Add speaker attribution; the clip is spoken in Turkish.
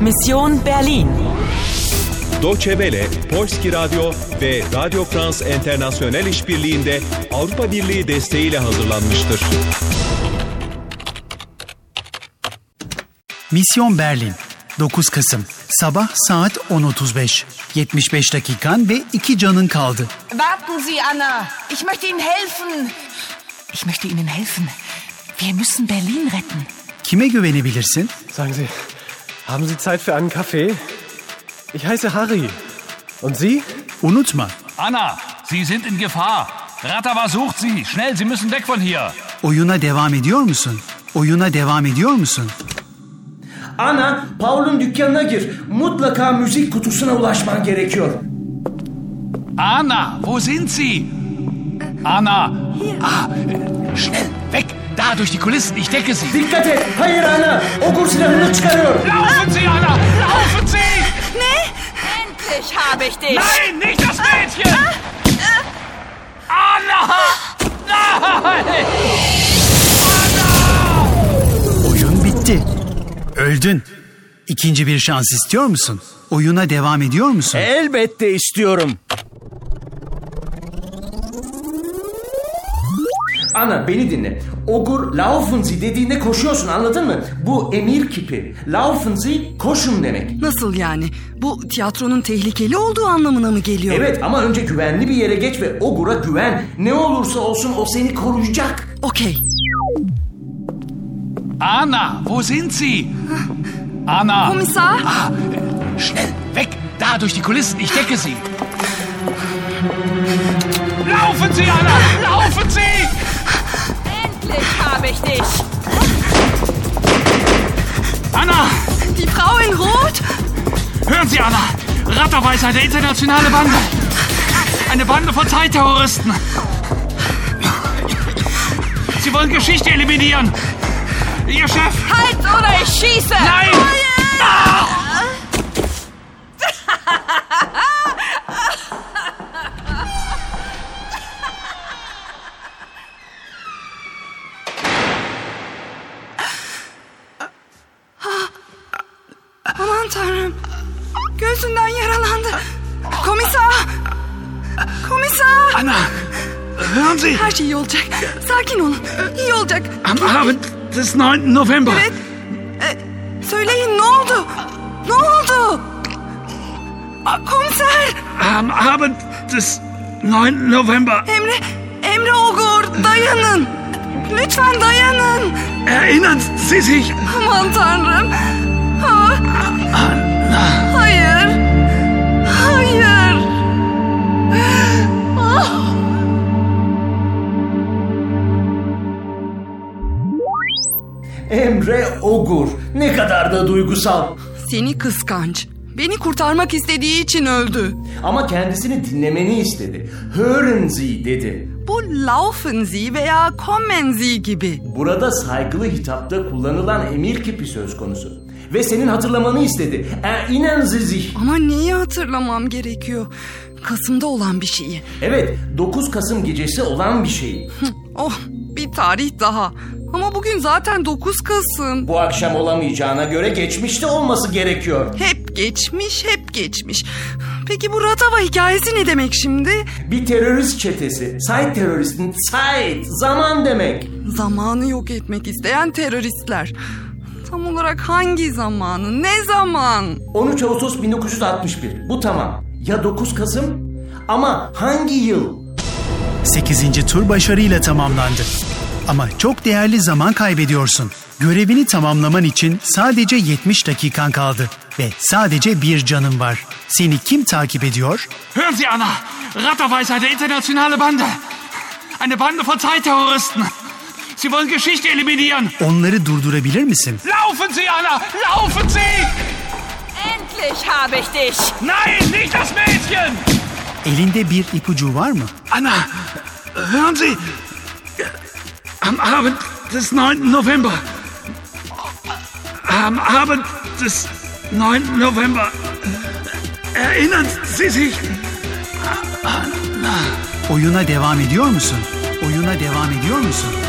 Speaker 1: Mission Berlin.
Speaker 2: Deutsche Welle, Polski Radyo ve Radio France International işbirliğinde Avrupa Birliği desteğiyle hazırlanmıştır.
Speaker 3: Misyon Berlin 9 Kasım Sabah saat 10.35 75 dakikan ve 2 canın kaldı.
Speaker 4: Warten Sie, Anna. Ich möchte Ihnen helfen.
Speaker 5: Ich möchte Ihnen helfen. Wir müssen Berlin retten.
Speaker 3: Kime güvenebilirsin?
Speaker 6: Sagen Sie, haben Sie Zeit für einen Kaffee? Ich heiße Harry. Und Sie?
Speaker 3: Unutma
Speaker 7: Anna, Sie sind in Gefahr. Ratawa sucht Sie. Schnell, Sie müssen weg von hier.
Speaker 3: oyuna devam ediyor musun? Oyuna devam ediyor musun?
Speaker 8: Ana, Paul'un dükkanına gir. Mutlaka müzik kutusuna ulaşman gerekiyor.
Speaker 7: Anna, wo sind Sie? Anna. Ah, äh, schnell, weg. Da, durch die Kulissen. Ich decke Sie.
Speaker 8: Dikkat et. Hayır ana, okul silahını çıkarıyor.
Speaker 7: Laufen Sie, Anna. Laufen Sie.
Speaker 4: Endlich habe ich dich.
Speaker 7: Nein, nicht das Mädchen. Anna. Nein.
Speaker 3: Oyun bitti. Öldün. İkinci bir şans istiyor musun? Oyuna devam ediyor musun?
Speaker 9: Elbette istiyorum.
Speaker 8: Ana beni dinle. Ogur laufen Sie dediğinde koşuyorsun anladın mı? Bu emir kipi. Laufen Sie koşun demek.
Speaker 10: Nasıl yani? Bu tiyatronun tehlikeli olduğu anlamına mı geliyor?
Speaker 8: Evet ama önce güvenli bir yere geç ve Ogur'a güven. Ne olursa olsun o seni koruyacak.
Speaker 10: Okey.
Speaker 7: Anna, wo sind Sie? Anna.
Speaker 10: Kommissar?
Speaker 7: Ah, äh, schnell, weg. Da, durch die Kulissen. Ich decke Sie. Laufen Sie, Anna. Laufen Sie.
Speaker 4: Endlich habe ich dich.
Speaker 7: Anna!
Speaker 10: Die Frau in Rot?
Speaker 7: Hören Sie, Anna! Rattawa ist eine internationale Bande! Eine Bande von Zeitterroristen! Sie wollen Geschichte eliminieren! Ihr Chef!
Speaker 4: Halt oder ich schieße.
Speaker 7: Nein! Ah!
Speaker 10: Aman tanrım. Göğsünden yaralandı. Komiser! Komiser!
Speaker 7: Anna! Hören Sie!
Speaker 10: Her şey iyi olacak. Sakin olun. İyi olacak.
Speaker 7: Am Abend des 9. November
Speaker 10: Evet. E, söyleyin ne oldu? Ne oldu? Komiser!
Speaker 7: Am Abend des 9. November
Speaker 10: Emre, Emre Ogur dayanın. Lütfen dayanın.
Speaker 7: erinnern Sie sich
Speaker 10: Aman tanrım. Ha. Hayır. Hayır. Ah.
Speaker 8: Emre Ogur. Ne kadar da duygusal.
Speaker 10: Seni kıskanç. Beni kurtarmak istediği için öldü.
Speaker 8: Ama kendisini dinlemeni istedi. Hören Sie dedi.
Speaker 10: Bu laufen Sie veya kommen Sie gibi.
Speaker 8: Burada saygılı hitapta kullanılan emir kipi söz konusu. Ve senin hatırlamanı istedi. E, Erinnern Sie sich.
Speaker 10: Ama neyi hatırlamam gerekiyor? Kasım'da olan bir şeyi.
Speaker 8: Evet 9 Kasım gecesi olan bir şey.
Speaker 10: Oh bir tarih daha. Ama bugün zaten 9 Kasım.
Speaker 8: Bu akşam olamayacağına göre geçmişte olması gerekiyor.
Speaker 10: Hep geçmiş, hep geçmiş. Peki bu Ratava hikayesi ne demek şimdi?
Speaker 8: Bir terörist çetesi. Sait teröristin Zeit zaman demek.
Speaker 10: Zamanı yok etmek isteyen teröristler. Tam olarak hangi zamanı, ne zaman?
Speaker 8: 13 Ağustos 1961. Bu tamam. Ya 9 Kasım? Ama hangi yıl?
Speaker 3: 8. tur başarıyla tamamlandı. Ama çok değerli zaman kaybediyorsun. Görevini tamamlaman için sadece 70 dakikan kaldı ve sadece bir canın var. Seni kim takip ediyor?
Speaker 7: Hören Sie, Anna! Rattawa ist eine internationale Bande. Eine Bande von Zeitterroristen. Sie wollen Geschichte eliminieren.
Speaker 3: Onları durdurabilir misin?
Speaker 7: Laufen Sie, Anna! Laufen Sie!
Speaker 4: Endlich habe ich dich.
Speaker 7: Nein, nicht das Mädchen!
Speaker 3: Elinde bir ipucu var mı?
Speaker 7: Anna, hören Sie! Am Abend des 9. November. Am Abend des 9. November. Erinnern Sie sich
Speaker 3: Oyuna devam ediyor musun? Oyuna devam ediyor musun?